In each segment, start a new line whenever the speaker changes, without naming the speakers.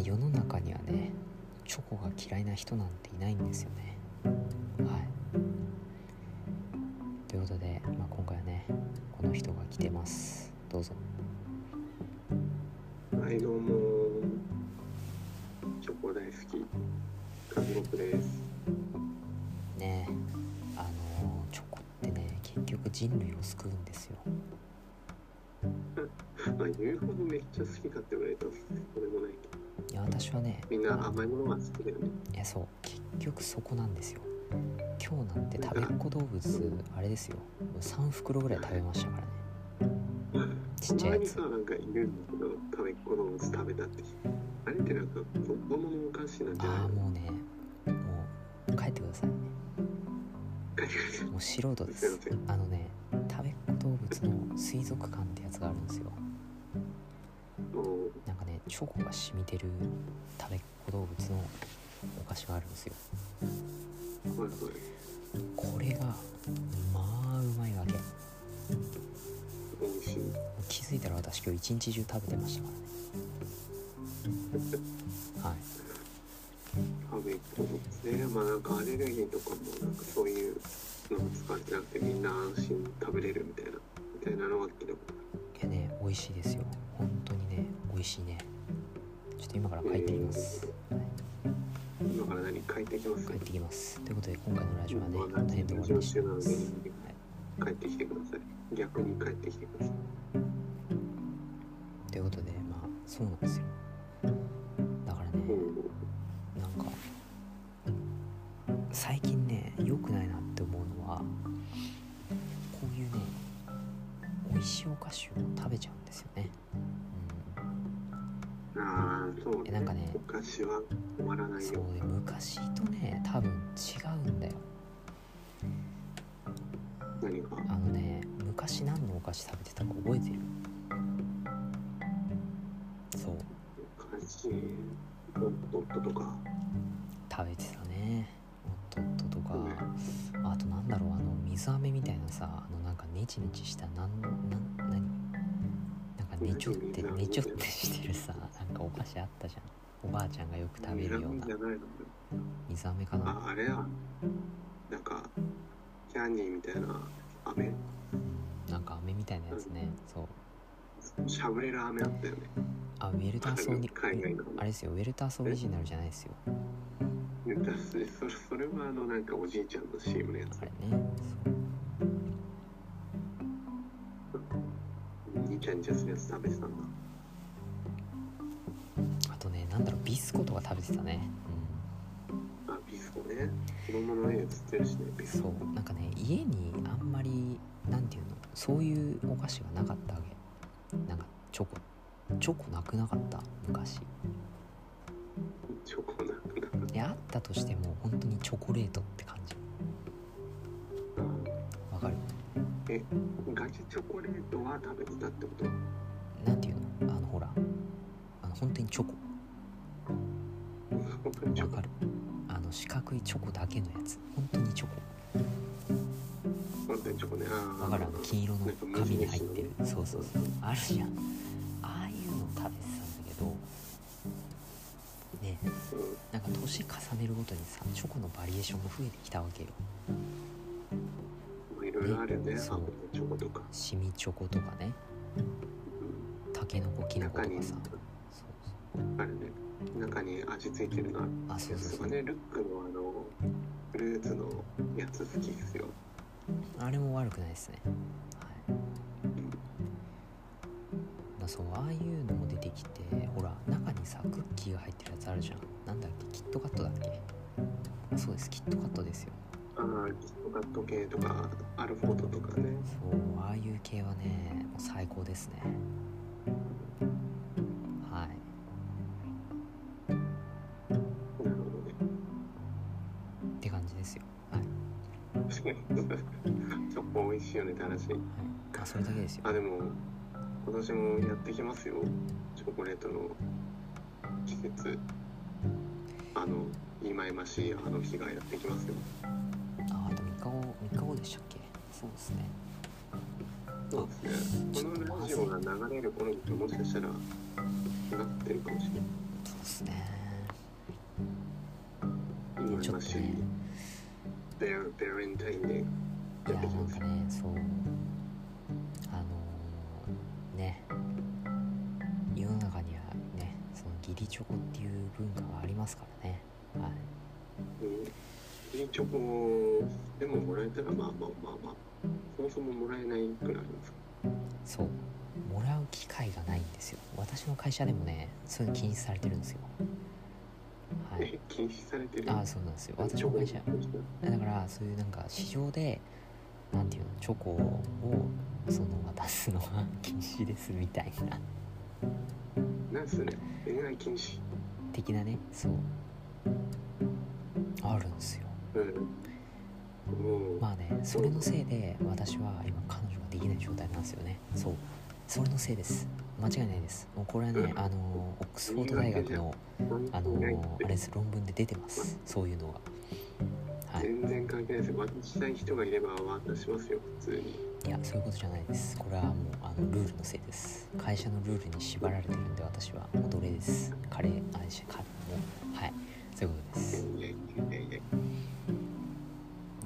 にはねチョコが嫌いな人なんていないんですよねはいということで、まあ、今回はねこの人が来てますどうぞ
はい、どうも。チョコ大好き。カズロクです。
ねあのチョコってね結局人類を救うんですよ
まあ、言うほどめっちゃ好きかって言われたら、そうでもないけど。
いや私はね
みんな甘いものが好きだよね。
いやそう結局そこなんですよ今日なんて食べっ子動物あれですよ3袋ぐらい食べましたからねちっちゃいや
に
つ
さ、なんかいるんだけど、食べっ子動物食べたって。あれってなんか、子供のお菓子なんじゃない
ああ
の
もうねもう帰ってくださいもう素人です
すいま
あのね食べっ子動物の水族館ってやつがあるんですよ
もう、
なんかねチョコが染みてる食べっ子動物のお菓子があるんですよ
怖い怖い。
これがまあうまいわけ
美味しい。
気づいたら私今日一日中食べてましたからねはい
食べっ子動物ね。まあ、なんかアレルギーとかも、なんかそういうのを使ってなくて、みんな安心に食べれるみたいな。みたいなのは聞いたことある
いやね美味しいですよ本当にね美味しいねちょっと今から帰ってきます、はい
今から何書いてきます
帰ってきますということで今回のラジオはねこ
まあ
の辺で終わりにしてます、
ラジオ
は
帰ってきてください逆に帰ってきてください
い、ということでまあそうなんですよだからねなんか最近ね良くないなって思うのはこういうね美味しいお菓子を食べちゃうんですよね、うん、
ああそう
えなんかね
お菓子は終わらない
そう
よ
ね昔とね多分違うんだよ
何が
あのね昔何のお菓子食べてたか覚えてるそう
お菓子おっとっととか
食べてたねおっとっととかあとなんだろうあの水飴みたいなさあのなんかネチネチしたなんなん何なんかねちょってねちょってしてるさなんかお菓子あったじゃんおばあちゃんがよく食べるよう
じ
な
ゃないの
水飴かな
ああれはなんかキャンディーみたいな飴
なんか飴みたいなやつねそう
しゃぶれる飴あったよね
あウェルターソーに
海外の
あれですよウェルターソーオリジナルじゃないですよ
だってそれそれはあのなんかおじいちゃんの CM のやつ
あれねそう
にちゃんちゃするやつ食べてたんだ
あとねなんだろうビスコとか食べてたね
あビスコね子供の絵映ってるしね
う
ビ
ん
スコ
そうなんかね家にあんまりなんていうのそういうお菓子がなかったわけなんかチョコチョコなくなかった昔
チョコなくなる
であったとしても本当にチョコレートって感じわかる
ガチチョコレートは食べてたってこと
なんていうのあのほらあの本当にチョコ
本当にチ
わ
ョコ
かるあの四角いチョコだけのやつ本当にチョコ
本当にチョコねあー
わかるあの金色の
なんか無
紙に
印
入ってるそうそうそうあるじゃんああいうの食べてたんだけどねなんか年重ねるごとにさチョコのバリエーションも増えてきたわけよ
うんいろいろあるよね
そう
青のチョコとか
シミチョコとかね
うん
タケノコキノコ
中
と
に
かさそう
あるね中に味付いてるのある
そうあそうそう
そ
そうう
ねルックのあのフルーツのやつ好きですよ
あれも悪くないですねはいまあそうああいうのも出てきてほら中にさクッキーが入ってるやつあるじゃんなんだっけキットカットだっけあそうですキットカットですよ
ああキットカット系とかアルフォートとかね
そうああいう系はねもう最高ですねはい
なるほどね
って感じですよはい、はい
チョコ美味しいよねって話
まあ、それだけですよ
あでも今年もやってきますよチョコレートの季節あの忌々しいあの日がやってきますよ
ああと3日後3日後でしたっけそうですね
そうですねこのラジオが流れる頃にもしかしたらなってるかもしれない
そうですねよね
Bar- Barentine で
い
や
や
ってき
なん
ます
かねそうあのーね世の中にはねその義理チョコっていう文化がありますからねはい
うんいいチョコでももらえたらまあまあまあまあそもそももらえないくらいあります
そうもらう機会がないんですよ私の会社でもねそういうの禁止されてるんですよは
え
い
禁止されてる
ああそうなんですよ私の会社だからそういうなんか市場でなんていうのチョコをその渡すのは禁止ですみたいな
なんすね恋愛禁止
的なねそうあるんですよ
うんもう、
まあねそれのせいで私は今彼女ができない状態なんですよねそうそれのせいです間違いないですもうこれはねあのオックスフォード大学の
関
あ
係
の
ない
ー
って
あれです論文で出てますそういうのがはい
全然関係ないですよ渡したい人がいれば渡しますよ普通に
いやそういうことじゃないですこれはもうあのルールのせいです会社のルールに縛られてるんで私はもう奴隷ですカレーあれしカレーもはいそういうことです
いやいやいやいや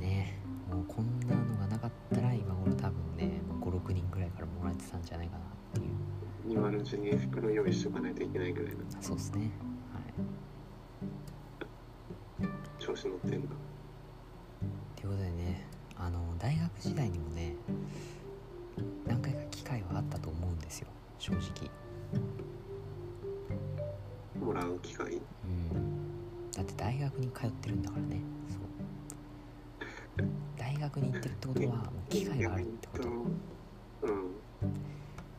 ねもうこんなのがなかったら今頃多分ね56人ぐらいからもらえてたんじゃないかなっていう
今のうちに袋用意しとかないといけないぐらいの
そうですねはい
調子乗ってんだ
ということでねあの大学時代にもね何回か機会はあったと思うんですよ正直
もらう機会
うんだって大学に通ってるんだからねそう大学に行ってるってことはもう機会があるってこ
意
と
外と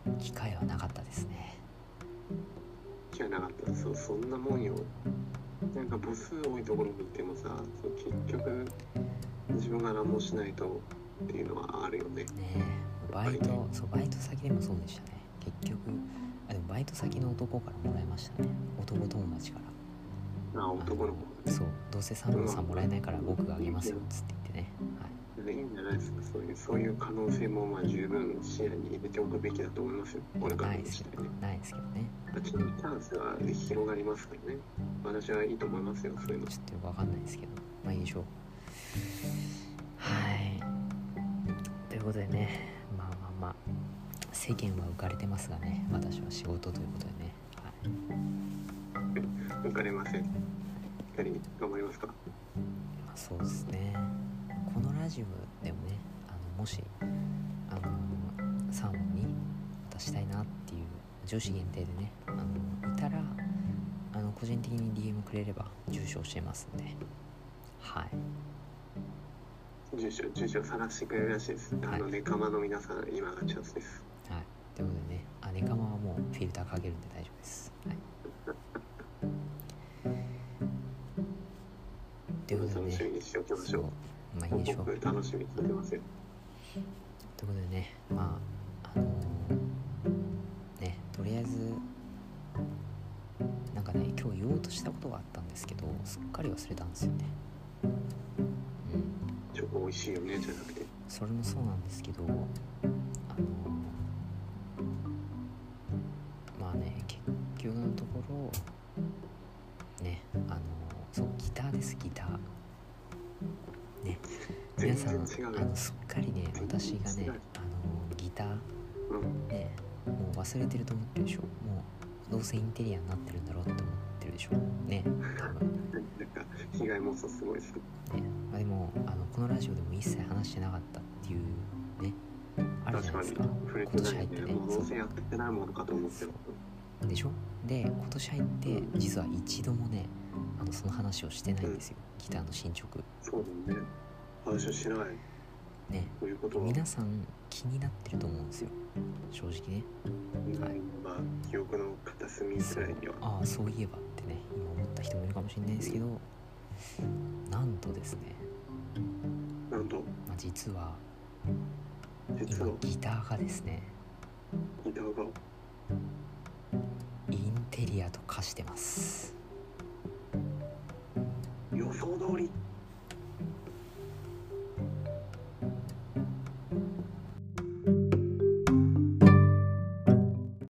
うん
機会はなかったですね
機会なかったそうそんなもんよなんか母数多いところに行ってもさそう結局自分が何もしないとっていうのはあるよね
ねえバイトそうバイト先でもそうでしたね結局あでもバイト先の男からもらいましたね男友達から
あ男の子
あのそうどうせサンゴさんもらえないから僕があげますよっつって言ってね、はい
いいんじゃないですかそういうそういう可能性もまあ十分視野に入れておくべきだと思いますよ俺から
ない
の
です
視
け
点
ど
で
ないですけどね
あちょっとチャンスは広がりますからね私はいいと思いますよそういうの
ちょっとよくわかんないですけどまあいいでしょうはいということでねまあまあまあ世間は浮かれてますがね私は仕事ということでね、はい、
浮かれません二人頑張りますか
まあそうですねこのラジオでもねあのもしあのサーモンに渡したいなっていう女子限定でねあのいたらあの個人的に DM くれれば住所教えますんではい
住所住所探してくれるらしいですあの
は
ネカマの皆さん今がチャンスです
はい、ということでね、あネカマはもうフィルターかけるんで大丈夫です。はい。ということで
楽しみ
ね、
にしておきまし
そ
ょ
う
う、
まあいい
報
でしょう。という
告楽しみにしてますよ。
ことでね、まああのーね、とりあえずなんかね、今日言おうとしたことがあったんですけど、すっかり忘れたんですよね。うん。
チョコ美味しいよねじゃなくて。
それもそうなんですけどあのまあね結局のところねあのそうギターですギターね皆
全
さ
然
ん
違うよ
あ。のすっかりね私が
全然
ね
違う
あのギター
うん。
ねもう忘れてると思ってるでしょもうどうせインテリアになってるんだろうって思ってるでしょね多分
なんか被害妄想すごいです。
ねまあ、でもあのこのラジオでも一切話してなかったっていうねあるじ
確
ゃな
か
いで
に
すか
触れ
今
て
年
な
入
い
って
ね。
ね
もうどうせやってないものかと思ってる。
そうでしょで今年入って実は一度もねあのその話をしてないんですよギターの進捗
そうだよね。話をしない
ね
ということは、
皆さん気になってると思うんですよ正直ねはい
まあ記憶の片隅くらいには。
ああそういえばってね今思った人もいるかもしれないですけどなんとですね、
なんと
まあ、実は
実
今
は
ギターがですね
ギターが
インテリアと化してます
予想通り。